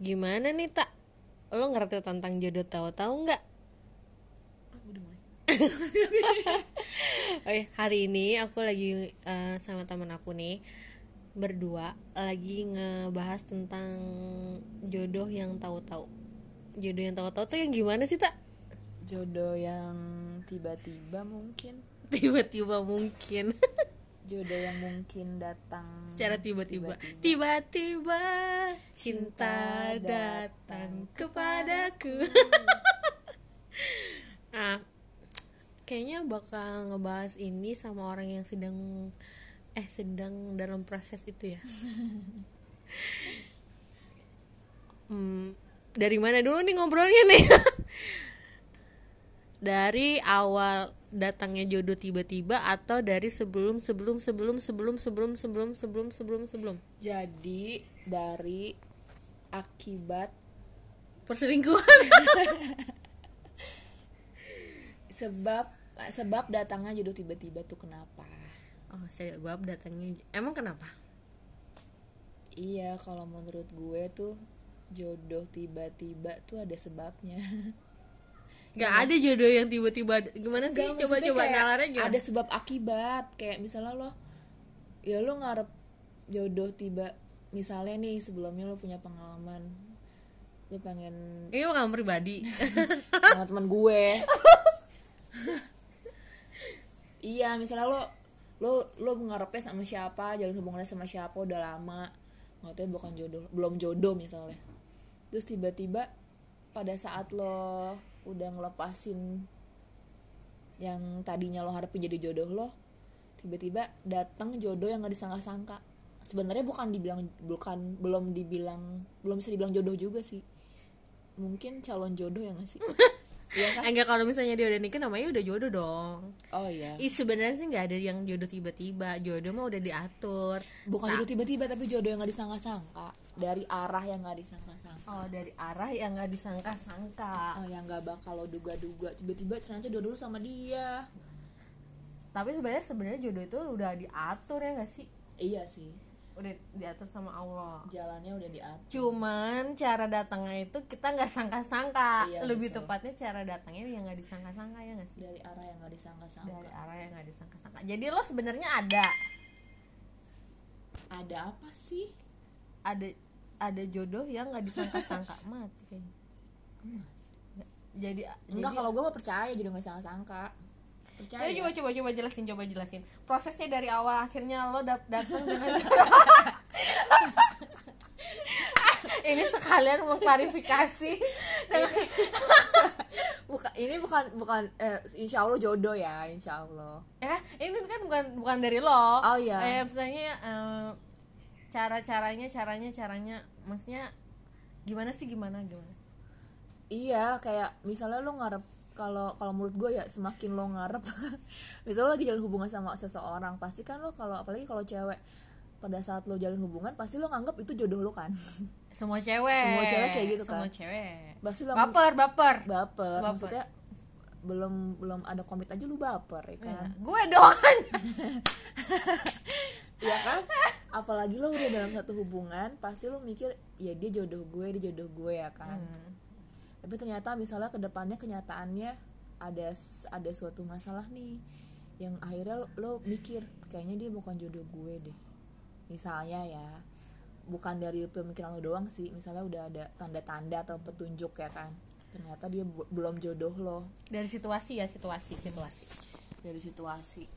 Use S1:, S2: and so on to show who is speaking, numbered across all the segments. S1: Gimana nih tak? Lo ngerti tentang jodoh tahu-tahu nggak?
S2: Ah, udah mulai.
S1: Oke, hari ini aku lagi eh, sama teman aku nih berdua lagi ngebahas tentang jodoh yang tahu-tahu. Jodoh yang tahu-tahu tuh yang gimana sih tak?
S2: Jodoh yang tiba-tiba mungkin
S1: Tiba-tiba mungkin,
S2: Jodoh yang mungkin datang
S1: secara tiba-tiba. Tiba-tiba cinta datang kepadaku. ah, kayaknya bakal ngebahas ini sama orang yang sedang eh sedang dalam proses itu ya. Hmm, dari mana dulu nih ngobrolnya nih? dari awal datangnya jodoh tiba-tiba atau dari sebelum sebelum sebelum sebelum sebelum sebelum sebelum sebelum sebelum
S2: Jadi dari akibat
S1: perselingkuhan
S2: sebab sebab datangnya jodoh tiba-tiba tuh kenapa?
S1: oh saya bab datangnya emang kenapa
S2: Iya, kalau menurut gue tuh jodoh tiba-tiba tuh ada sebabnya.
S1: nggak ada jodoh yang tiba-tiba gimana sih
S2: Gak, maksudnya
S1: coba-coba
S2: kayak
S1: nalarnya gimana
S2: Ada sebab akibat. Kayak misalnya lo ya lo ngarep jodoh tiba misalnya nih sebelumnya lo punya pengalaman lo pengen
S1: ini bukan pribadi
S2: sama teman gue iya misalnya lo lo lo ngarepnya sama siapa jalan hubungannya sama siapa udah lama nggak tahu bukan jodoh belum jodoh misalnya terus tiba-tiba pada saat lo udah ngelepasin yang tadinya lo harapin jadi jodoh lo tiba-tiba datang jodoh yang nggak disangka-sangka sebenarnya bukan dibilang bukan belum dibilang belum bisa dibilang jodoh juga sih mungkin calon jodoh ya nggak sih iya kan
S1: enggak Eh, kalau misalnya dia udah nikah namanya udah jodoh dong
S2: oh iya
S1: Ih sebenarnya sih nggak ada yang jodoh tiba-tiba jodoh mah udah diatur
S2: bukan jodoh tiba-tiba tapi jodoh yang nggak disangka-sangka dari arah yang nggak disangka-sangka
S1: oh dari arah yang nggak disangka-sangka
S2: oh, yang nggak bakal lo duga-duga tiba-tiba ternyata jodoh lu sama dia
S1: tapi sebenarnya sebenarnya jodoh itu udah diatur ya nggak sih
S2: iya sih
S1: udah diatur sama Allah
S2: jalannya udah diatur
S1: cuman cara datangnya itu kita nggak sangka-sangka
S2: Iya,
S1: lebih
S2: betul.
S1: tepatnya cara datangnya yang nggak disangka-sangka ya nggak sih
S2: dari arah yang nggak disangka-sangka
S1: dari arah yang nggak disangka-sangka jadi lo sebenarnya ada
S2: ada apa sih
S1: ada ada jodoh yang nggak disangka-sangka mati kayaknya jadi
S2: enggak kalau gue mah percaya jodoh nggak disangka-sangka percaya
S1: jadi coba coba coba jelasin coba jelasin prosesnya dari awal akhirnya lo dap- datang dengan ini sekalian mengklarifikasi dengan
S2: bukan ini bukan bukan eh, insya allah jodoh ya insya allah
S1: ya ini kan bukan bukan dari lo
S2: Oh,
S1: eh,
S2: iya.
S1: misalnya cara caranya caranya caranya maksudnya gimana sih gimana gimana
S2: Iya, kayak misalnya lo ngarep kalau kalau menurut gue ya semakin lo ngarep misalnya lo lagi jalan hubungan sama seseorang pasti kan lo kalau apalagi kalau cewek pada saat lo jalan hubungan pasti lo nganggap itu jodoh lo kan
S1: semua cewek
S2: Semua cewek kayak gitu
S1: semua
S2: kan.
S1: cewek
S2: pasti lo baper.
S1: baper baper Baper.
S2: maksudnya belum belum ada komit aja lo baper ya kan
S1: Iya. gue dong
S2: Iya kan? Apalagi lo udah dalam satu hubungan, pasti lo mikir, ya dia jodoh gue, dia jodoh gue ya kan. Tapi ternyata misalnya kedepannya kenyataannya ada s- ada suatu masalah nih, yang akhirnya lo, lo mikir, kayaknya dia bukan jodoh gue deh. Misalnya ya, bukan dari pemikiran lo doang sih, misalnya udah ada tanda-tanda atau petunjuk ya kan. Ternyata dia bu- belum jodoh lo
S1: dari situasi ya situasi situasi
S2: dari situasi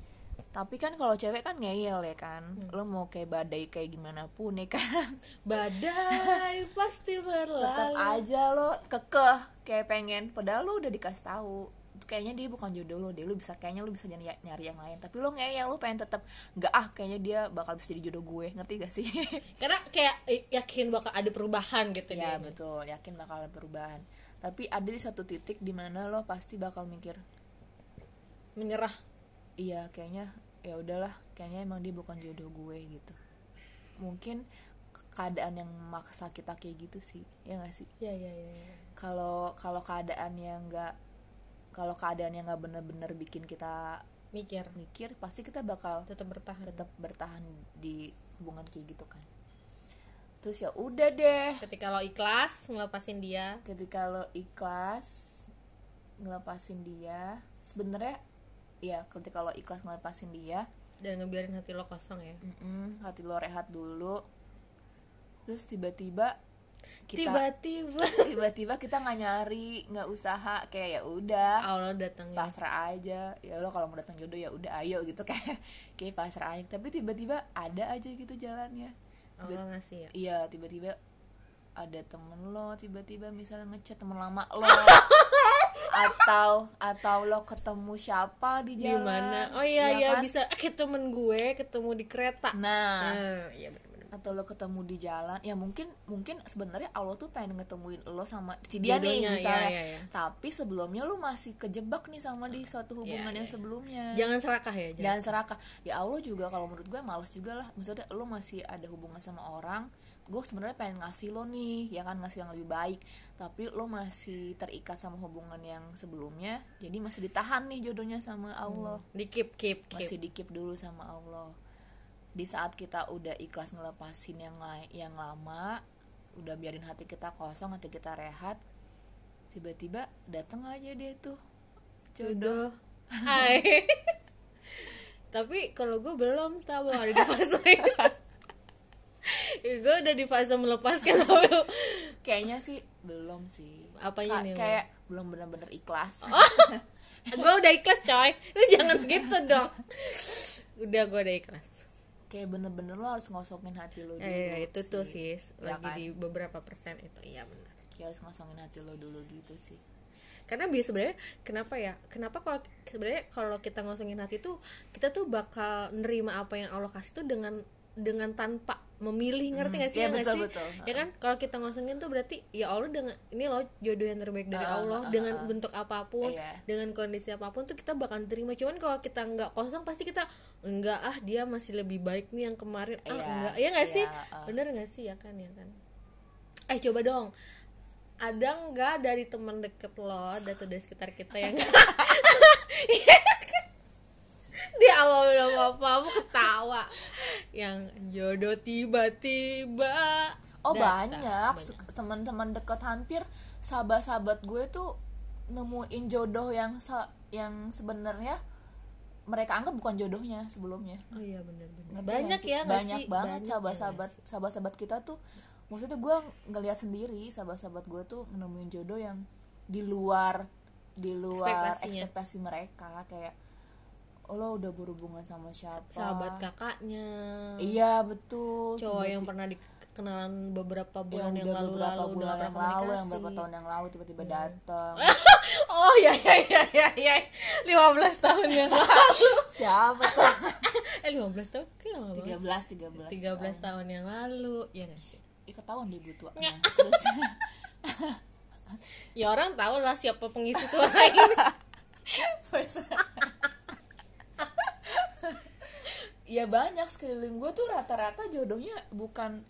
S2: tapi kan kalau cewek kan ngeyel ya kan lo mau kayak badai kayak gimana pun ya kan
S1: badai pasti
S2: tetap ya.
S1: berlalu
S2: aja lo kekeh kayak pengen padahal lo udah dikasih tahu kayaknya dia bukan jodoh lo deh lo bisa kayaknya lo bisa nyari nyari yang lain tapi lo ngeyel lo pengen tetap nggak ah kayaknya dia bakal bisa jadi jodoh gue ngerti gak sih
S1: karena kayak eh, yakin bakal ada perubahan gitu dia.
S2: ya betul yakin bakal ada perubahan tapi ada di satu titik dimana lo pasti bakal mikir
S1: menyerah
S2: iya kayaknya ya udahlah kayaknya emang dia bukan jodoh gue gitu mungkin ke- keadaan yang maksa kita kayak gitu sih ya gak sih
S1: ya ya ya
S2: iya.
S1: ya.
S2: kalau kalau keadaan yang nggak kalau keadaan yang nggak bener-bener bikin kita
S1: mikir
S2: mikir pasti kita bakal
S1: tetap bertahan
S2: tetap bertahan di hubungan kayak gitu kan terus ya udah deh
S1: ketika lo ikhlas ngelepasin dia
S2: ketika lo ikhlas ngelepasin dia sebenarnya ya ketika lo ikhlas ngelepasin dia
S1: dan ngebiarin hati lo kosong ya
S2: mm-mm, hati lo rehat dulu terus tiba-tiba kita
S1: tiba-tiba
S2: tiba-tiba kita nggak nyari nggak usaha kayak ya udah
S1: Allah datang ya
S2: pasrah aja ya lo kalau mau datang jodoh ya udah ayo gitu kayak kayak pasrah aja tapi tiba-tiba ada aja gitu jalannya
S1: Allah ngasih ya
S2: iya tiba-tiba ada temen lo tiba-tiba misalnya ngechat temen lama lo atau atau lo ketemu siapa di
S1: di
S2: jalan
S1: mana oh iya iya
S2: kan?
S1: bisa eh, ke temen gue ketemu di kereta
S2: nah
S1: nah iya benar-benar
S2: atau lo ketemu di jalan ya mungkin mungkin sebenarnya Allah tuh pengen ngetemuin lo sama si dia
S1: Jodohnya,
S2: nih
S1: iya,
S2: misalnya
S1: iya, iya.
S2: tapi sebelumnya lo masih kejebak nih sama di suatu hubungan
S1: Iya,
S2: yang sebelumnya
S1: jangan serakah ya jangan
S2: jangan serakah ya Allah juga kalau menurut gue males juga lah maksudnya lo masih ada hubungan sama orang gue sebenarnya pengen ngasih lo nih ya kan ngasih yang lebih baik tapi lo masih terikat sama hubungan yang sebelumnya jadi masih ditahan nih jodohnya sama Allah
S1: di keep keep keep
S2: masih dikip dulu sama Allah di saat kita udah ikhlas ngelepasin yang lai- yang lama udah biarin hati kita kosong hati kita rehat tiba-tiba datang aja dia tuh
S1: jodoh hai tapi kalau gue belum tahu belum ada di fase itu gue udah di fase melepaskan tapi
S2: kayaknya sih belum sih
S1: Apanya
S2: Ka-
S1: nih, Wan?
S2: kayak belum bener-bener ikhlas
S1: Oh. gue udah ikhlas coy lu jangan gitu dong udah gue udah ikhlas
S2: kayak bener-bener lo harus ngosokin hati lo dulu
S1: ya, itu tuh
S2: sih.
S1: sih
S2: Ya
S1: lagi
S2: kan?
S1: di beberapa persen itu iya benar
S2: kayak harus ngosongin hati lo dulu gitu sih
S1: karena biasa sebenarnya kenapa ya kenapa kalau sebenarnya kalau kita ngosongin hati tuh kita tuh bakal nerima apa yang Allah kasih tuh dengan dengan tanpa memilih ngerti nggak sih
S2: iya,
S1: ya nggak
S2: betul,
S1: sih
S2: betul.
S1: ya kan kalau kita ngosongin tuh berarti ya Allah dengan ini loh jodoh yang terbaik dari
S2: Ah,
S1: Allah
S2: ah,
S1: dengan
S2: ah.
S1: bentuk apapun
S2: Iya.
S1: dengan kondisi apapun tuh kita bakal terima cuman kalau kita nggak kosong pasti kita enggak ah dia masih lebih baik nih yang kemarin ah
S2: Iya,
S1: enggak ya nggak sih
S2: iya, ah.
S1: bener nggak sih ya kan ya kan eh coba dong ada nggak dari teman deket lo atau dari sekitar kita yang di awal belum apa aku ketawa yang jodoh tiba-tiba
S2: oh
S1: datang.
S2: banyak teman-teman dekat hampir sahabat-sahabat gue tuh nemuin jodoh yang sa- yang sebenarnya mereka anggap bukan jodohnya sebelumnya
S1: oh iya benar-benar
S2: Ngerti
S1: banyak
S2: nggak sih?
S1: ya nggak
S2: banyak
S1: sih? Banyak
S2: banget
S1: ya nggak
S2: sahabat-sahabat
S1: sih?
S2: sahabat-sahabat kita tuh maksudnya gue ngeliat sendiri sahabat-sahabat gue tuh nemuin jodoh yang di luar di luar
S1: Ekspektasinya.
S2: ekspektasi mereka kayak "Oh, lo udah berhubungan sama siapa
S1: sahabat kakaknya
S2: iya betul
S1: cowok yang
S2: Tiba-tiba-
S1: pernah dikenalan beberapa
S2: yang
S1: bulan yang,
S2: udah
S1: lalu
S2: beberapa
S1: lalu udah
S2: bulan
S1: nggak
S2: yang lalu yang
S1: komunikasi.
S2: beberapa Iya. tahun yang lalu tiba-tiba datang
S1: oh ya
S2: iya,
S1: ya ya ya ya 15 tahun yang lalu
S2: siapa tuh
S1: eh 15 tahun kan lama banget
S2: 13 13
S1: 13 tahun. yang lalu ya nggak sih
S2: Ih, ketahuan deh gue tua Nah, terus
S1: ya orang tau lah siapa pengisi suara ini
S2: Nah. ya banyak sekeliling gue tuh rata-rata jodohnya bukan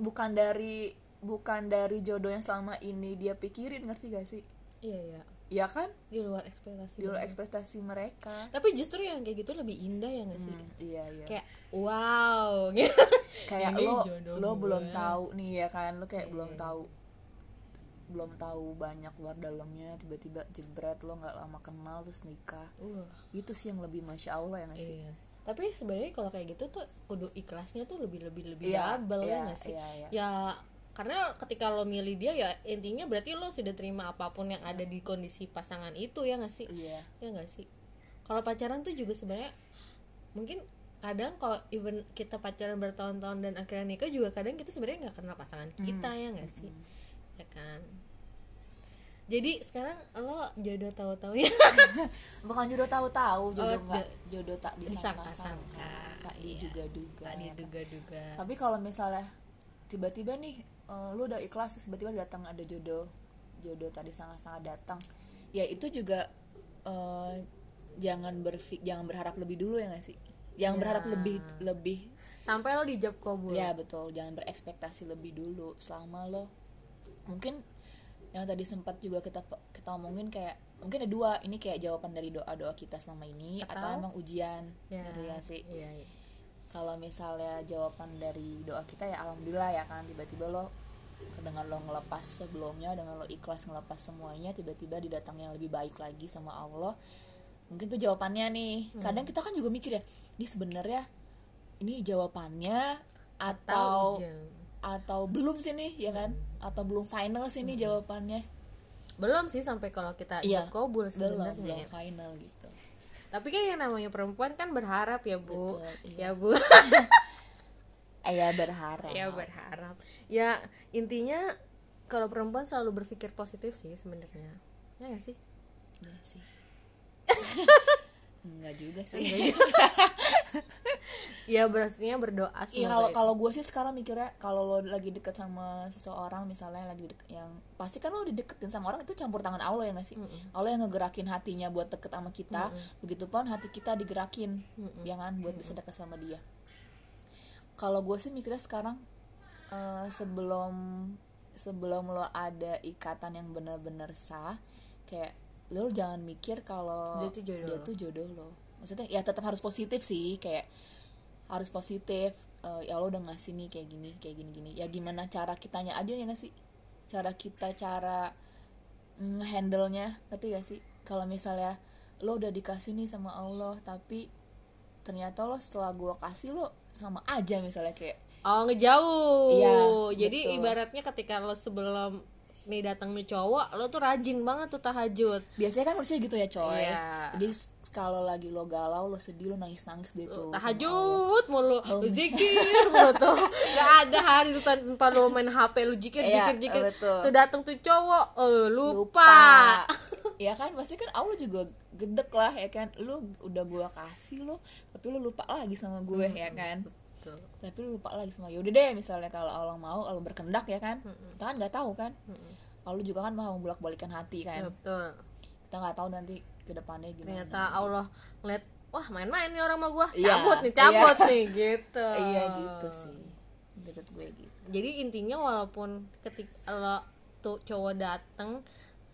S2: bukan dari bukan dari jodoh yang selama ini dia pikirin ngerti gak sih
S1: iya ya
S2: ya kan
S1: di luar ekspektasi
S2: di luar
S1: banget.
S2: ekspektasi mereka
S1: tapi justru yang kayak gitu lebih indah ya nggak sih
S2: iya iya
S1: kayak wow gitu.
S2: kayak
S1: Ini
S2: lo
S1: jodoh Iya.
S2: lo
S1: gue.
S2: belum tahu nih ya kan lo kayak belum tahu belum tahu banyak luar dalamnya tiba-tiba jebret lo nggak lama kenal terus nikah
S1: Wah,
S2: itu sih yang lebih masya allah ya nggak Uh, sih
S1: iya tapi sebenarnya kalau kayak gitu tuh kudu ikhlasnya tuh lebih lebih lebih
S2: Iya,
S1: double ya
S2: iya,
S1: nggak sih
S2: iya, iya.
S1: ya karena ketika lo milih dia ya intinya berarti lo sudah terima apapun yang ada di kondisi pasangan itu ya nggak sih
S2: iya
S1: ya nggak sih kalau pacaran tuh juga sebenarnya mungkin kadang kalau even kita pacaran bertahun-tahun dan akhirnya nikah juga kadang kita sebenarnya nggak kenal pasangan
S2: Hmm.
S1: kita ya nggak sih ya kan jadi sekarang lo jodoh tahu-tahu ya
S2: bukan jodoh tahu-tahu jodoh
S1: Oh,
S2: nggak jodoh tak
S1: disangka-sangka.
S2: disangka tak
S1: Iya.
S2: diduga-duga
S1: tadi duga-duga
S2: tapi kalau misalnya tiba-tiba nih eh, lu udah ikhlas terus tiba-tiba datang ada jodoh jodoh tadi sangat-sangat datang ya itu juga eh, jangan berfik jangan berharap lebih dulu ya nggak sih jangan berharap lebih lebih
S1: sampai lo dijawab kabul
S2: ya betul jangan berekspektasi lebih dulu selama lo mungkin yang tadi sempat juga kita kita omongin kayak mungkin ada dua ini kayak jawaban dari doa doa kita selama ini atau,
S1: Atau?
S2: emang ujian
S1: ya,
S2: gitu ya sih
S1: iya, iya.
S2: kalau misalnya jawaban dari doa kita ya alhamdulillah ya kan tiba-tiba lo dengan lo ngelepas sebelumnya dengan lo ikhlas ngelepas semuanya tiba-tiba didatangnya yang lebih baik lagi sama Allah mungkin tuh jawabannya nih kadang kita kan juga mikir ya ini sebenarnya ini jawabannya atau
S1: Jeng.
S2: atau belum sih nih ya kan atau belum final sih nih jawabannya
S1: belum sih sampai kalau kita ikut
S2: Iya,
S1: kobul
S2: belum
S1: sebenarnya
S2: belum final gitu
S1: tapi kan yang namanya perempuan kan berharap ya bu
S2: Betul,
S1: ya
S2: iya.
S1: bu
S2: ayah berharap
S1: ya berharap ya intinya kalau perempuan selalu berpikir positif sih sebenarnya ya gak sih
S2: Iya sih enggak juga sih
S1: ya berasnya berdoa
S2: Iya
S1: semoga
S2: kalau
S1: itu-
S2: kalau gue sih sekarang mikirnya kalau lo lagi deket sama seseorang misalnya lagi deket, yang pasti kan lo dideketin sama orang itu campur tangan Allah ya nggak sih Allah yang ngegerakin hatinya buat deket sama kita begitu pun hati kita digerakin ya kan buat bisa deket sama dia kalau gue sih mikirnya sekarang eh, sebelum sebelum lo ada ikatan yang benar-benar sah kayak lo jangan mikir kalau
S1: Dia tuh jodoh
S2: dia
S1: lo.
S2: tuh jodoh lo maksudnya ya tetap harus positif sih kayak harus positif Eh, ya lo udah ngasih nih kayak gini kayak gini gini ya gimana cara kitanya aja ya nggak sih cara kita cara handle nya ngerti gak sih kalau misalnya lo udah dikasih nih sama Allah tapi ternyata lo setelah gua kasih lo sama aja misalnya kayak
S1: oh ngejauh
S2: Iya,
S1: jadi
S2: betul.
S1: ibaratnya ketika lo sebelum nih datang nih cowok lo tuh rajin banget tuh tahajud
S2: biasanya kan manusia gitu ya coy
S1: Iya.
S2: jadi s- kalau lagi lo galau lo sedih lo nangis nangis deh
S1: Oh,
S2: tuh sama Allah.
S1: tahajud mulu lu zikir mulu tuh gak ada hari itu tanpa lo main hp lu zikir
S2: Iya,
S1: zikir zikir
S2: betul.
S1: tuh datang tuh cowok eh, lupa.
S2: lupa ya kan pasti kan Allah juga gedek lah ya kan lu udah gua kasih lo tapi lu lupa lagi sama gue ya kan
S1: Hmm. Betul.
S2: tapi lu lupa lagi sama yaudah deh misalnya kalau Allah mau Allah berkendak ya kan
S1: Hmm.
S2: kita kan nggak tahu kan Allah juga kan mau bolak balikan hati kan
S1: Betul.
S2: kita nggak tahu nanti kedepannya gimana
S1: Ternyata Allah ngeliat wah main-main nih orang sama gua.
S2: Iya,
S1: Cabut nih,
S2: iya.
S1: cabut nih gitu.
S2: iya gitu sih menurut gue gitu
S1: Jadi intinya walaupun ketika lo tuh cowok dateng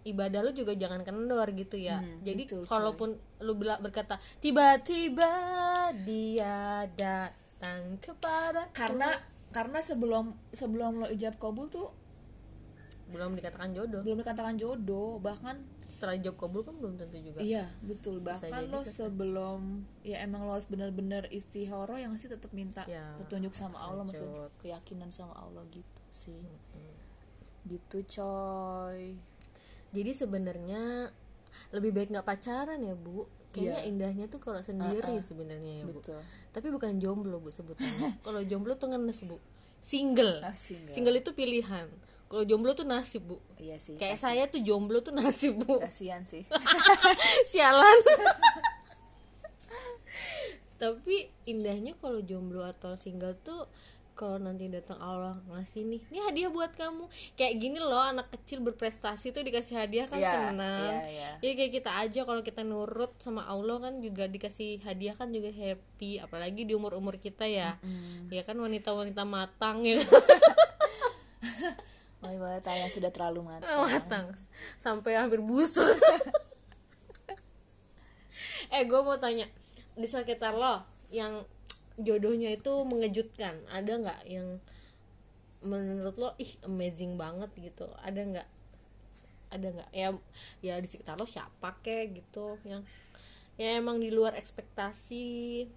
S1: ibadah lu juga jangan kendor gitu ya.
S2: Hmm,
S1: Jadi
S2: betul,
S1: kalaupun lu bila berkata tiba-tiba dia datang kepada
S2: karena karena sebelum sebelum lo ijab kabul tuh
S1: belum dikatakan jodoh.
S2: belum dikatakan jodoh bahkan
S1: Setelah job kabul kan belum tentu juga.
S2: Iya betul bahkan
S1: jadi
S2: lo sebelum ya emang lo harus benar-benar istihoro yang sih tetap minta
S1: Ya,
S2: petunjuk sama Allah maksudnya
S1: lanjut.
S2: keyakinan sama Allah gitu sih gitu coy
S1: Jadi sebenarnya lebih baik nggak pacaran ya, Bu. Kayaknya
S2: Iya.
S1: indahnya tuh kalau sendiri sebenarnya ya, Bu.
S2: betul
S1: tapi bukan jomblo bu sebutannya kalau jomblo tuh ngenes bu Oh, single
S2: Ah, single.
S1: itu pilihan kalau jomblo tuh nasib bu
S2: iya sih
S1: kayak saya tuh jomblo tuh nasib bu
S2: kasihan sih
S1: sialan tapi indahnya kalau jomblo atau single tuh kalau nanti datang Allah ngasih nih ini hadiah buat kamu kayak gini loh anak kecil berprestasi tuh dikasih hadiah kan
S2: Iya,
S1: senang
S2: iya,
S1: ya
S2: iya.
S1: kayak kita aja kalau kita nurut sama Allah kan juga dikasih hadiah kan juga happy apalagi di umur umur kita ya ya kan wanita wanita matang ya kan?
S2: wanita yang sudah terlalu mati
S1: matang Eh, sampai hampir busuk eh gue mau tanya di sekitar lo yang jodohnya itu mengejutkan ada nggak yang menurut lo ih amazing banget gitu ada nggak ada nggak ya ya di sekitar lo siapa kek gitu yang ya emang di luar ekspektasi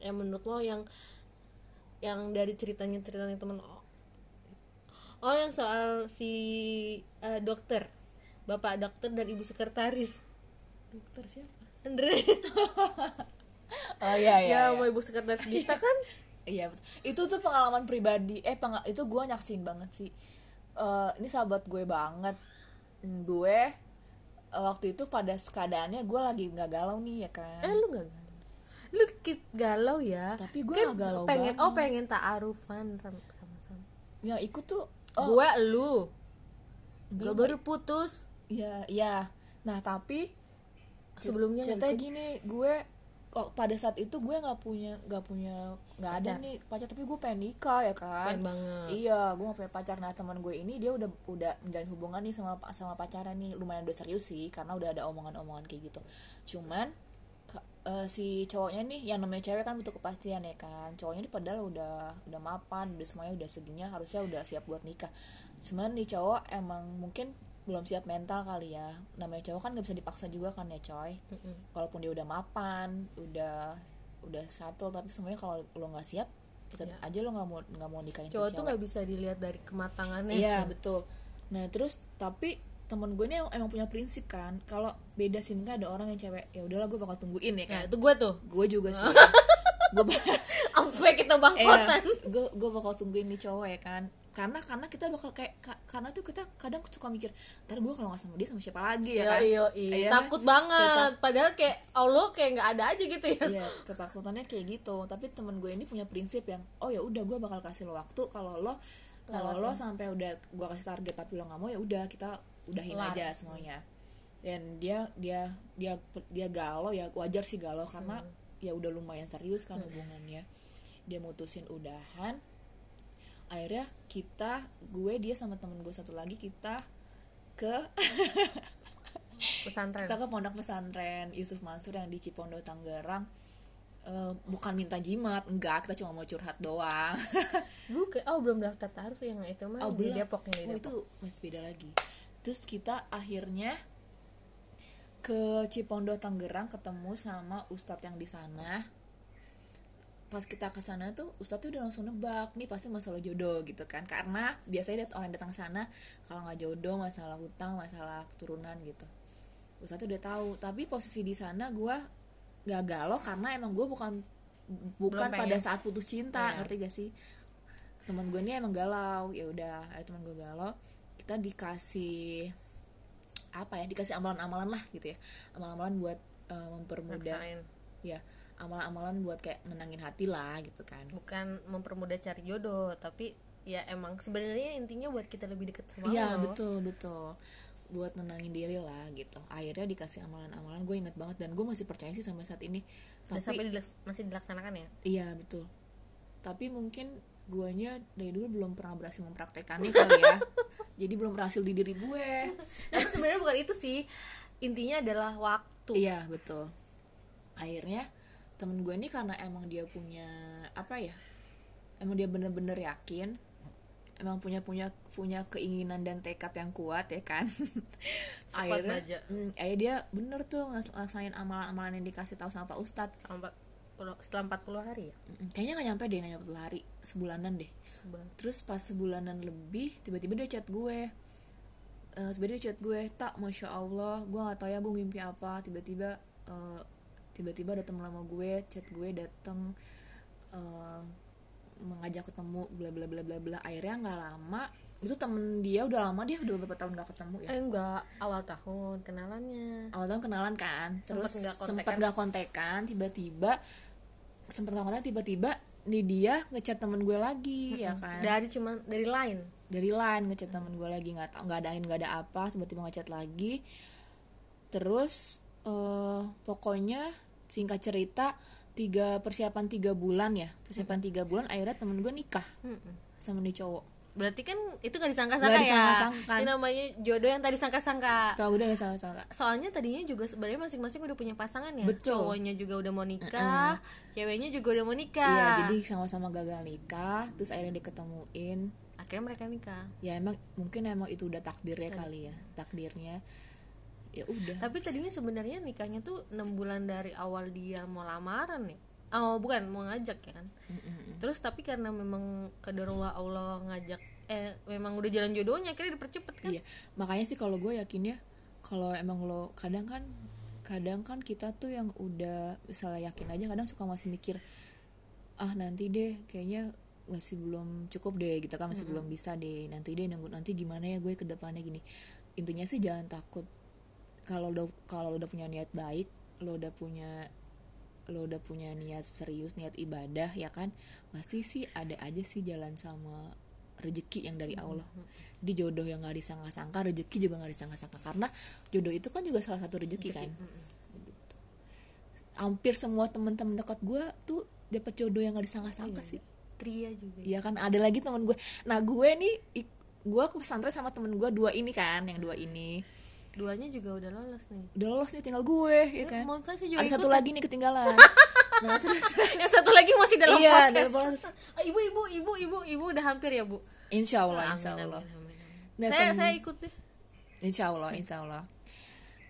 S1: ya menurut lo yang yang dari ceritanya ceritanya temen lo Oh yang soal si eh, dokter Bapak dokter dan ibu sekretaris Dokter siapa? Andre
S2: oh iya iya
S1: Ya
S2: iya.
S1: mau ibu sekretaris Dita kan
S2: Iya betul. Itu tuh pengalaman pribadi. Eh penga- itu gue nyaksin banget sih. Eh, ini sahabat gue banget. Mm, Gue eh, waktu itu pada keadaannya gue lagi nggak galau nih ya
S1: Eh
S2: kan.
S1: lu gak galau Lu kit galau ya
S2: Tapi gua
S1: Kan
S2: nggak galau
S1: pengen, Oh pengen ta'arufan ram- sama-sama
S2: Yang Ya, ikut tuh oh
S1: Gue lu Gue baru putus
S2: iya iya. Nah, tapi
S1: Sebelumnya nggak
S2: ceritanya gini, gue kok pada saat itu gue nggak punya nggak punya nggak ada
S1: Pacar.
S2: nih pacar tapi gue pengen nikah ya kan
S1: Pengen banget.
S2: iya gue gak punya pacar nah teman gue ini dia udah udah menjalin hubungan nih sama sama pacarnya nih lumayan udah serius sih karena udah ada omongan-omongan kayak gitu cuman ka- eh, si cowoknya nih yang namanya cewek kan butuh kepastian ya kan cowoknya nih padahal udah udah mapan udah semuanya udah segininya harusnya udah siap buat nikah cuman nih cowok emang mungkin belum siap mental kali ya namanya cowok kan nggak bisa dipaksa juga kan ya coy walaupun dia udah mapan udah udah satu tapi semuanya kalau lo nggak siap tetap aja lo nggak mau nggak mau nikahin
S1: Iya. cowok tuh
S2: cewek.
S1: nggak bisa dilihat dari kematangannya
S2: Iya betul. Nah terus tapi temen gue ini em- emang punya prinsip kan. Kalau beda sih mungkin ada orang yang cewek ya udahlah gue bakal tungguin ya
S1: nah
S2: kan.
S1: itu gue tuh
S2: Gue juga sih. gue ba-
S1: sampai kita bangkotan
S2: Iya, gue gue bakal tungguin nih cowok ya kan. Karena karena kita bakal kayak ka- karena tuh kita kadang suka mikir ntar gue kalau nggak sama dia sama siapa lagi ya kan.
S1: Iya, iya,
S2: Iya
S1: iya.
S2: kan?
S1: takut banget padahal kayak Allah kayak nggak ada aja gitu ya
S2: Iya, ketakutannya kayak gitu. Tapi temen gue ini punya prinsip yang oh ya udah gue bakal kasih lo waktu kalau lo kalau lo sampai udah gue kasih target tapi lo nggak mau ya udah kita udahin
S1: Kelar.
S2: aja semuanya. Dan dia dia dia dia galau ya wajar sih galau karena ya udah lumayan serius kan hubungannya. Dia mutusin udahan. Akhirnya kita gue dia sama temen gue satu lagi kita ke
S1: pesantren
S2: kita ke pondok pesantren Yusuf Mansur yang di Cipondo Tangerang Eh, bukan minta jimat enggak kita cuma mau curhat doang
S1: bukan oh belum daftar taruh yang itu mah
S2: oh,
S1: di
S2: belum.
S1: Depok yang di
S2: Wah,
S1: Depok
S2: itu masih beda lagi terus kita akhirnya ke Cipondo Tangerang ketemu sama ustadz yang di sana pas kita ke sana tuh ustadz tuh udah langsung nebak nih pasti masalah jodoh gitu kan karena biasanya dat- orang datang sana kalau nggak jodoh masalah hutang masalah keturunan gitu ustadz tuh udah tahu tapi posisi di sana gue nggak galau karena emang gue bukan bukan
S1: Belum
S2: pada
S1: pengen.
S2: saat putus cinta
S1: Iya.
S2: ngerti gak sih teman gue ini emang galau ya udah ada teman gue galau kita dikasih apa ya dikasih amalan-amalan lah gitu ya amalan-amalan buat eh, mempermudah
S1: Maksain.
S2: ya amalan-amalan buat kayak nenangin hati lah gitu kan
S1: bukan mempermudah cari jodoh tapi ya emang sebenarnya intinya buat kita lebih deket sama
S2: iya
S1: Allah
S2: betul betul buat nenangin diri lah gitu akhirnya dikasih amalan-amalan gue inget banget dan gue masih percaya sih sampai saat ini
S1: Dan sampai
S2: tapi
S1: dilaks- masih dilaksanakan ya
S2: iya betul tapi mungkin guanya dari dulu belum pernah berhasil mempraktekannya kali ya jadi belum berhasil di diri gue
S1: tapi sebenarnya bukan itu sih intinya adalah waktu
S2: iya betul akhirnya temen gue ini karena emang dia punya apa ya emang dia bener-bener yakin emang punya punya punya keinginan dan tekad yang kuat ya kan akhirnya
S1: baja.
S2: mm, akhirnya dia bener tuh ngas- ngelaksanain amalan-amalan yang dikasih tahu sama pak ustadz
S1: Selama 40 setelah 40 hari ya
S2: Mm, kayaknya nggak nyampe deh nggak nyampe satu hari sebulanan deh
S1: sebulan
S2: terus pas sebulanan lebih tiba-tiba dia chat gue Eh, tiba-tiba dia chat gue tak masya allah gue nggak tahu ya gue mimpi apa tiba-tiba eh, tiba-tiba ada teman lama gue chat gue dateng eh, mengajak ketemu bla bla bla bla bla akhirnya nggak lama itu temen dia udah lama dia udah beberapa tahun nggak ketemu ya
S1: eh enggak awal tahun kenalannya
S2: awal tahun kenalan kan terus
S1: nggak kontekan.
S2: sempat nggak kontekan tiba-tiba sempat nggak kontekan tiba-tiba nih dia ngechat temen gue lagi ya kan
S1: dari cuman dari lain
S2: dari line ngechat temen gue lagi nggak tau nggak ada nggak ada apa tiba-tiba ngechat lagi terus eh pokoknya singkat cerita tiga persiapan tiga bulan ya persiapan tiga bulan akhirnya temen gue nikah sama nih cowok
S1: berarti kan itu gak disangka-sangka ya
S2: Nggak disangka-sangka.
S1: ini namanya jodoh yang tadi sangka-sangka
S2: tau gue udah sama sama
S1: soalnya tadinya juga sebenarnya masing-masing udah punya pasangan ya
S2: Betul.
S1: cowoknya juga udah mau nikah ceweknya juga udah mau nikah
S2: iya jadi sama-sama gagal nikah terus akhirnya diketemuin
S1: akhirnya mereka nikah
S2: ya emang mungkin emang itu udah takdirnya kali ya takdirnya ya udah
S1: tapi tadinya sebenarnya nikahnya tuh enam bulan dari awal dia mau lamaran nih oh bukan mau ngajak ya kan terus tapi karena memang kadarullah Allah ngajak eh memang udah jalan jodohnya akhirnya dipercepet kan
S2: Iya, makanya sih kalau gue yakinnya kalau emang lo kadang kan kadang kan kita tuh yang udah misalnya yakin aja kadang suka masih mikir ah nanti deh kayaknya masih belum cukup deh gitu kan masih belum bisa deh nanti deh nunggu nanti gimana ya gue ke depannya gini intinya sih jangan takut kalau lo kalau lo udah punya niat baik lo udah punya lo udah punya niat serius niat ibadah ya kan pasti sih ada aja sih jalan sama rezeki yang dari Allah di jodoh yang nggak disangka-sangka rezeki juga nggak disangka-sangka karena jodoh itu kan juga salah satu rezeki kan Gitu. hampir semua teman-teman dekat gue tuh dapat jodoh yang nggak disangka-sangka sih
S1: Tria juga
S2: Iya kan ada lagi teman gue. Nah gue nih ik- gue ke pesantren sama temen gue dua ini kan, yang dua ini.
S1: duanya juga udah lolos nih
S2: udah lolos nih tinggal gue ya kan
S1: mau saya juga
S2: ada
S1: ikut
S2: satu lagi nih ketinggalan nah terus
S1: yang satu lagi masih dalam
S2: Iya,
S1: proses
S2: dalam proses.
S1: Oh, ibu ibu ibu ibu ibu udah hampir ya bu
S2: insya Allah
S1: Amin,
S2: insya
S1: amin,
S2: Allah
S1: amin, amin.
S2: Nah,
S1: saya
S2: tem-
S1: saya ikut deh
S2: insya Allah insya Allah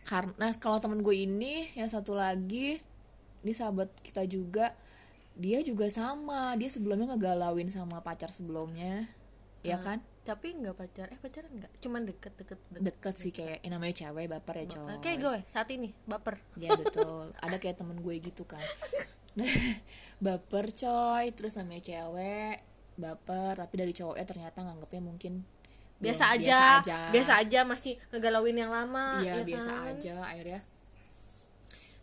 S2: karena nah, kalau teman gue ini yang satu lagi ini sahabat kita juga dia juga sama dia sebelumnya ngegalauin sama pacar sebelumnya ya
S1: Ah,
S2: kan
S1: tapi nggak pacar eh pacaran nggak cuman deket deket, deket.
S2: deket sih kayak eh, namanya cewek baper ya cowok
S1: oke gue saat ini baper
S2: ya betul ada kayak temen gue gitu kan baper coy terus namanya cewek baper tapi dari cowoknya ternyata nganggepnya mungkin belum
S1: biasa aja biasa aja, masih ngegalauin yang lama
S2: Iya
S1: ya
S2: biasa
S1: kan?
S2: aja akhirnya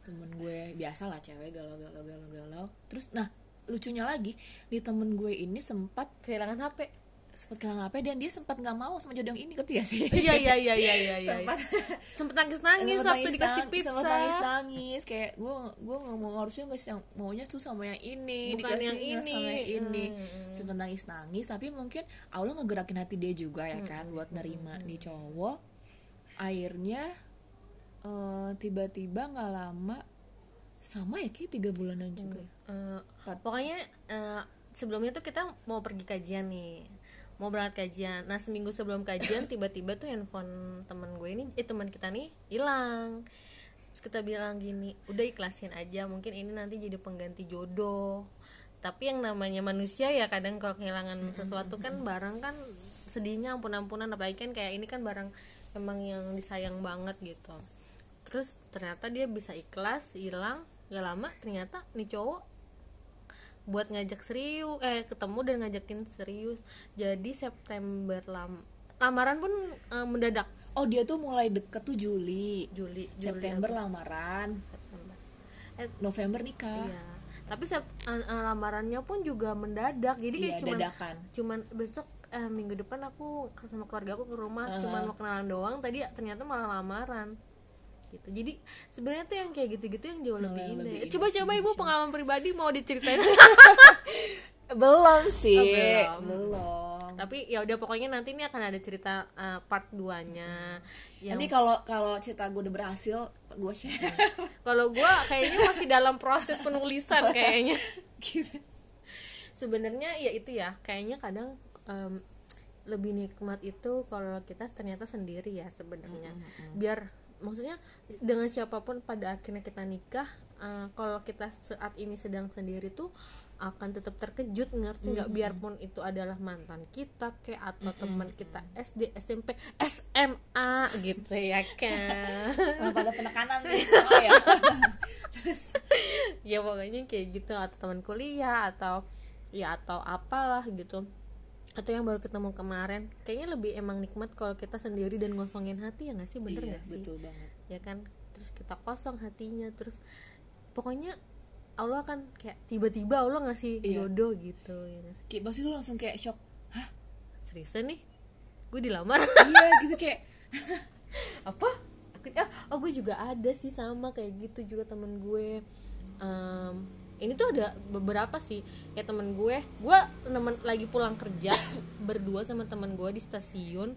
S2: temen gue biasa lah cewek galau galau galau galau terus nah lucunya lagi di temen gue ini sempat
S1: kehilangan hp
S2: sempat kehilangan HP dan dia sempat nggak mau sama jodoh yang ini ngerti gak sih
S1: iya iya iya iya iya iya
S2: Sempat-
S1: sempet nangis nangis
S2: Sempet
S1: waktu dikasih
S2: nang-
S1: pizza
S2: sempet nangis nangis kayak gue gue nggak mau harusnya nggak sih yang maunya tuh sama yang
S1: Bukan
S2: ini dikasih
S1: yang
S2: nggak sama
S1: ini. Hmm.
S2: yang ini sempet nangis nangis tapi mungkin Allah ngegerakin hati dia juga ya kan
S1: Hmm.
S2: buat nerima nih cowok akhirnya eh, tiba-tiba nggak lama sama ya kayak tiga bulanan juga ya.
S1: Eh,
S2: Empat.
S1: pokoknya eh, sebelumnya tuh kita mau pergi kajian nih mau berangkat kajian nah seminggu sebelum kajian tiba-tiba tuh handphone teman gue ini eh teman kita nih hilang terus kita bilang gini udah ikhlasin aja mungkin ini nanti jadi pengganti jodoh tapi yang namanya manusia ya kadang kalau kehilangan sesuatu kan barang kan sedihnya ampun-ampunan apalagi kan kayak ini kan barang emang yang disayang banget gitu terus ternyata dia bisa ikhlas hilang gak lama ternyata nih cowok buat ngajak serius eh ketemu dan ngajakin serius jadi September lam lamaran pun eh, mendadak
S2: oh dia tuh mulai deket tuh Juli
S1: Juli Juli,
S2: September lamaran
S1: Agustus, September. Eh,
S2: November nikah
S1: iya tapi sep- eh, eh, lamarannya pun juga mendadak jadi
S2: Iya,
S1: kayak cuman
S2: dadakan
S1: cuman besok eh, minggu depan aku ke- sama keluarga aku ke rumah cuman mau kenalan doang tadi ternyata malah lamaran gitu jadi sebenarnya tuh yang kayak gitu-gitu yang jauh lebih
S2: yang
S1: indah
S2: lebih
S1: ya. coba coba ibu pengalaman pribadi mau diceritain
S2: belum sih
S1: belum.
S2: belum.
S1: tapi ya udah pokoknya nanti ini akan ada cerita eh, part Ya, 2-nya yang
S2: Nanti kalau kalau cerita gue udah berhasil, gue share.
S1: kalau gua kayaknya masih dalam proses penulisan kayaknya
S2: gitu.
S1: sebenarnya ya itu ya kayaknya kadang em, lebih nikmat itu kalau kita ternyata sendiri ya sebenarnya biar maksudnya dengan siapapun pada akhirnya kita nikah eh, kalau kita saat ini sedang sendiri tuh akan tetap terkejut ngerti nggak biarpun itu adalah mantan kita kayak atau teman kita SD SMP SMA gitu ya kan
S2: Kalau pada penekanan nih,
S1: Oh,
S2: sama
S1: iya.
S2: ya.
S1: ya pokoknya kayak gitu atau teman kuliah atau ya atau apalah gitu atau yang baru ketemu kemarin kayaknya lebih emang nikmat kalau kita sendiri dan ngosongin hati ya nggak sih bener
S2: iya,
S1: nggak sih
S2: betul banget.
S1: ya kan terus kita kosong hatinya terus pokoknya Allah kan kayak tiba-tiba Allah ngasih
S2: Iya.
S1: jodoh gitu ya nggak sih
S2: Kayak pasti lu langsung kayak shock. Hah?
S1: seriusan nih gue dilamar
S2: Iya, gitu kayak
S1: apa aku ah, oh gue juga ada sih sama kayak gitu juga temen gue Em, ini tuh ada beberapa sih ya temen gue gue temen lagi pulang kerja berdua sama temen gue di stasiun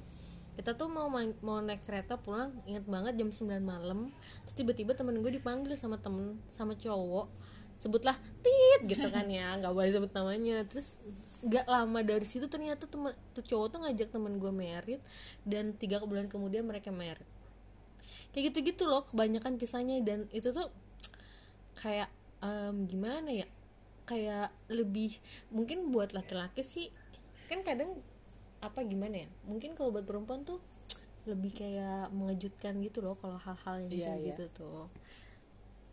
S1: kita tuh mau main- mau naik kereta pulang inget banget jam 9 malam terus tiba-tiba temen gue dipanggil sama temen sama cowok sebutlah tit gitu kan ya nggak boleh sebut namanya terus nggak lama dari situ ternyata temen tuh cowok tuh ngajak temen gue merit dan tiga bulan kemudian mereka merit kayak gitu-gitu loh kebanyakan kisahnya dan itu tuh kayak em, gimana ya kayak lebih mungkin buat laki-laki sih kan kadang apa gimana ya mungkin kalau buat perempuan tuh lebih kayak mengejutkan gitu loh kalau hal-hal yang
S2: Iya,
S1: kayak
S2: iya.
S1: gitu tuh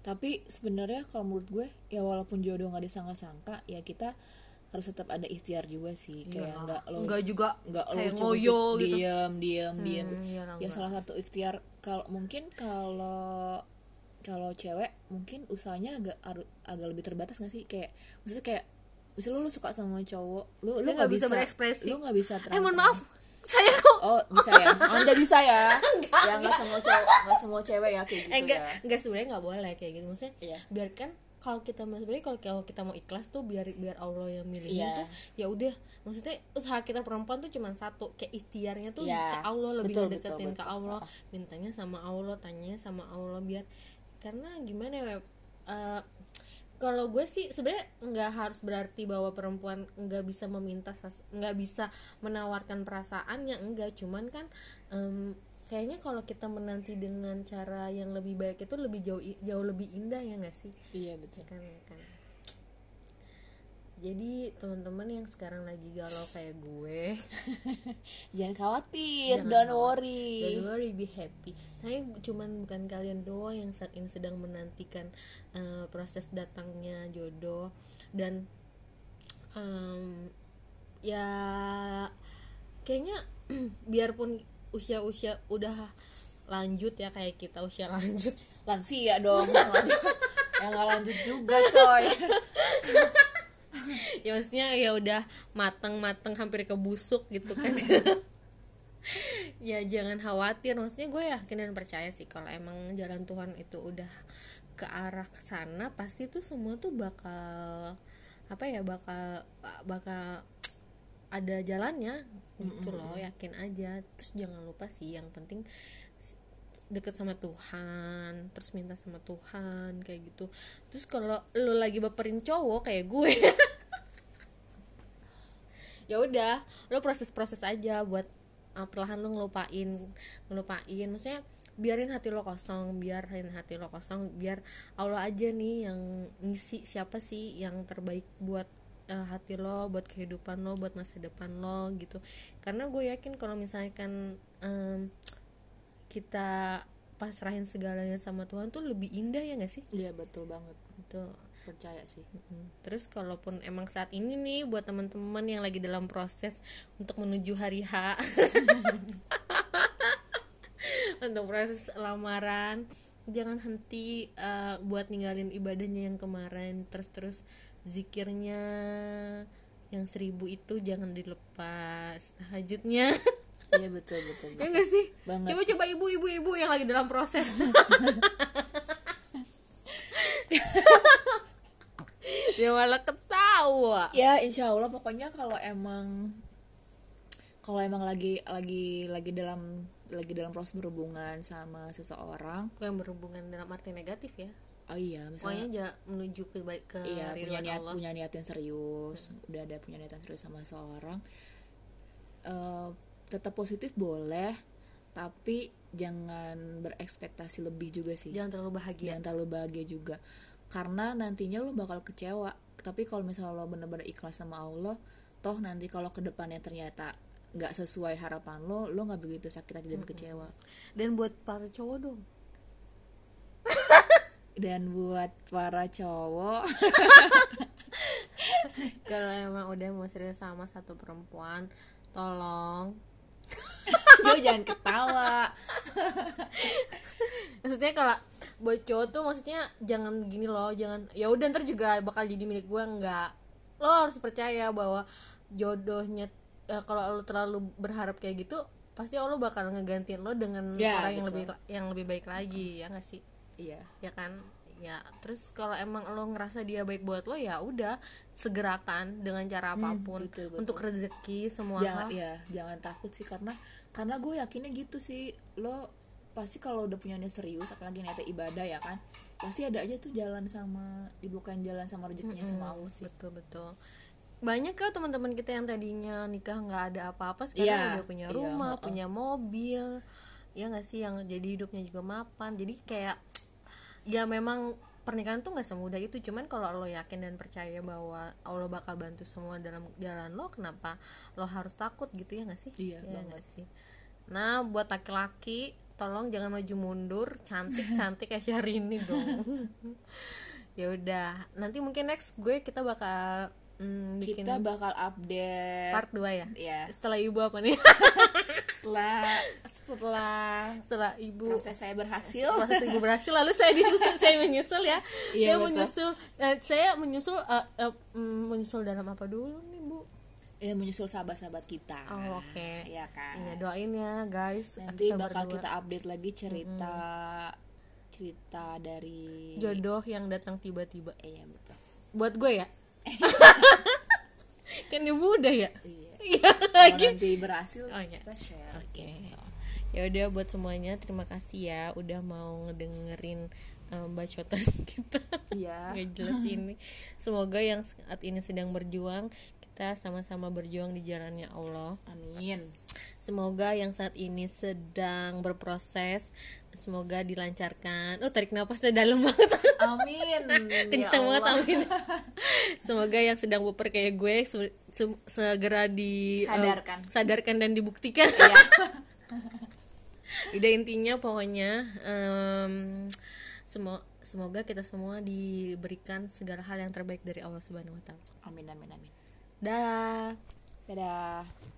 S2: tapi sebenarnya kalau menurut gue ya walaupun jodoh nggak disangka-sangka ya kita harus tetap ada ikhtiar juga sih kayak nggak lo
S1: Iya nggak juga
S2: nggak lo
S1: kayak
S2: ucuk-ucuk,
S1: ngoyo gitu
S2: diem diem diem
S1: iyalah,
S2: ya
S1: nggak.
S2: salah satu ikhtiar kalau mungkin kalau kalau cewek mungkin usahanya agak aru- agak lebih terbatas gak sih kayak maksudnya kayak misalnya lu, lu suka sama cowok lu lu
S1: nggak
S2: nggak
S1: bisa
S2: bisa,
S1: berekspresi.
S2: lu nggak bisa
S1: eh mohon
S2: terang-terang.
S1: maaf saya kok
S2: oh bisa ya anda bisa ya ya nggak semua cowok nggak semua cewek ya kayak gitu
S1: eh, enggak
S2: ya
S1: enggak sebenarnya nggak boleh kayak gitu maksudnya
S2: Iya.
S1: biarkan kalau kita mau sebenarnya kalau kalau kita mau ikhlas tuh biar biar Allah yang milihin
S2: Iya.
S1: tuh ya udah maksudnya usaha kita perempuan tuh cuma satu kayak ikhtiarnya tuh
S2: Iya.
S1: ke Allah lebih
S2: Betul,
S1: ngedeketin
S2: betul,
S1: ke
S2: betul.
S1: Allah mintanya sama Allah tanyanya sama Allah biar karena gimana ya Web? Eh, kalau gue sih sebenarnya nggak harus berarti bahwa perempuan nggak bisa meminta ses- nggak bisa menawarkan perasaannya enggak cuman kan em, kayaknya kalau kita menanti dengan cara yang lebih baik itu lebih jauh i- jauh lebih indah ya nggak sih
S2: iya betul
S1: kan kan jadi teman-teman yang sekarang lagi galau kayak gue
S2: jangan khawatir
S1: Jangan
S2: don't
S1: khawatir.
S2: worry
S1: Don't worry, be happy. Saya cuman bukan kalian doang yang saat ini sedang menantikan eh, proses datangnya jodoh dan em, ya kayaknya biarpun usia-usia udah lanjut ya kayak kita usia lanjut
S2: lansia dong yang nggak lanjut juga coy
S1: ya maksudnya ya udah mateng-mateng hampir kebusuk gitu kan ya jangan khawatir maksudnya gue yakin dan percaya sih kalau emang jalan Tuhan itu udah ke arah ke sana pasti tuh semua tuh bakal apa ya bakal bakal ada jalannya gitu loh yakin aja terus jangan lupa sih yang penting s- deket sama Tuhan terus minta sama Tuhan kayak gitu terus kalau lo lagi baperin cowok kayak gue ya udah lo proses-proses aja buat uh, perlahan lo ngelupain ngelupain maksudnya biarin hati lo kosong biarin hati lo kosong biar Allah aja nih yang ngisi siapa sih yang terbaik buat uh, hati lo buat kehidupan lo buat masa depan lo gitu karena gue yakin kalau misalkan em, kita pasrahin segalanya sama Tuhan tuh lebih indah ya gak sih
S2: iya betul banget
S1: betul
S2: percaya sih
S1: Mm. Terus kalaupun emang saat ini nih buat teman-teman yang lagi dalam proses untuk menuju hari H. untuk proses lamaran, jangan henti eh, buat ninggalin ibadahnya yang kemarin, terus-terus zikirnya yang seribu itu jangan dilepas tahajudnya
S2: iya betul
S1: ya
S2: betul, betul.
S1: enggak sih
S2: Banget.
S1: coba coba ibu ibu ibu yang lagi dalam proses dia malah ketawa
S2: ya insya Allah pokoknya kalau emang kalau emang lagi lagi lagi dalam lagi dalam proses berhubungan sama seseorang
S1: Bukan yang berhubungan dalam arti negatif ya
S2: oh iya misalnya
S1: pokoknya ja- menuju ke baik ke
S2: iya punya
S1: ridwan
S2: niat
S1: Allah
S2: punya niat yang serius udah ada punya niatan serius sama seseorang Eh, tetap positif boleh tapi jangan berekspektasi lebih juga sih
S1: jangan terlalu bahagia
S2: jangan terlalu bahagia juga karena nantinya lo bakal kecewa tapi kalau misalnya lo bener-bener ikhlas sama Allah toh nanti kalau kedepannya ternyata nggak sesuai harapan lo lo nggak begitu sakit hati dan kecewa
S1: dan buat para cowok dong
S2: dan buat para cowok
S1: kalau emang udah mau serius sama satu perempuan tolong
S2: Jo, jangan ketawa
S1: maksudnya kalau buat cowok tuh maksudnya jangan gini loh jangan ya udah ntar juga bakal jadi milik gue nggak lo harus percaya bahwa jodohnya eh, kalau lo terlalu berharap kayak gitu pasti Allah bakal ngegantiin lo dengan
S2: Ya,
S1: orang yang
S2: betul.
S1: lebih yang lebih baik lagi ya nggak sih
S2: iya
S1: ya kan ya terus kalau emang lo ngerasa dia baik buat lo ya udah segerakan dengan cara apapun
S2: Hmm, betul, betul.
S1: untuk rezeki semua
S2: jangan
S1: hal.
S2: ya jangan takut sih karena karena gue yakinnya gitu sih lo pasti kalau udah punya niat serius apalagi niatnya ibadah ya kan pasti ada aja tuh jalan sama dibukain jalan sama rezekinya sama Allah sih
S1: betul betul banyak kok teman-teman kita yang tadinya nikah nggak ada apa-apa sekarang
S2: Iya,
S1: udah punya
S2: iya,
S1: rumah
S2: heeh.
S1: punya mobil ya nggak sih yang jadi hidupnya juga mapan jadi kayak ya memang pernikahan tuh nggak semudah itu cuman kalau lo yakin dan percaya bahwa Allah bakal bantu semua dalam jalan lo kenapa lo harus takut gitu ya nggak sih Ya
S2: Iya, banget.
S1: nggak sih nah buat laki-laki tolong jangan maju mundur cantik cantik kayak Syahrini dong ya udah nanti mungkin next gue kita bakal mm, bikin
S2: kita bakal update
S1: part 2 ya
S2: ya
S1: setelah ibu apa nih
S2: setelah setelah
S1: setelah ibu
S2: proses saya berhasil
S1: proses ibu berhasil lalu saya disusul saya menyusul ya saya
S2: Iya, betul.
S1: menyusul eh, saya menyusul eh, eh, mm, menyusul dalam apa dulu nih bu
S2: ya menyusul sahabat-sahabat kita
S1: Oh, oke.
S2: ya Ah, kan
S1: Iya doain ya guys
S2: nanti
S1: Kita
S2: bakal
S1: berdua.
S2: kita update lagi cerita cerita dari
S1: jodoh yang datang tiba-tiba
S2: iya betul
S1: buat gue ya kan ibu udah ya
S2: iya Kalau nanti berhasil
S1: Oh, iya.
S2: kita share
S1: oke ya udah buat semuanya terima kasih ya udah mau ngedengerin em, bacotan kita
S2: iya
S1: nggak jelas ini semoga yang saat ini sedang berjuang kita sama-sama berjuang di jalannya Allah
S2: amin
S1: Semoga yang saat ini sedang berproses Semoga dilancarkan Oh tarik nafasnya dalam banget
S2: amin
S1: Kenceng
S2: Ya
S1: banget
S2: Allah.
S1: amin Semoga yang sedang buper kayak gue se- se- Segera di eh,
S2: Sadarkan.
S1: Sadarkan dan dibuktikan
S2: Iya.
S1: Udah intinya pokoknya em, semo- Semoga kita semua diberikan segala hal yang terbaik dari Allah Subhanahu wa Ta'ala.
S2: amin amin amin
S1: Dah.
S2: dadah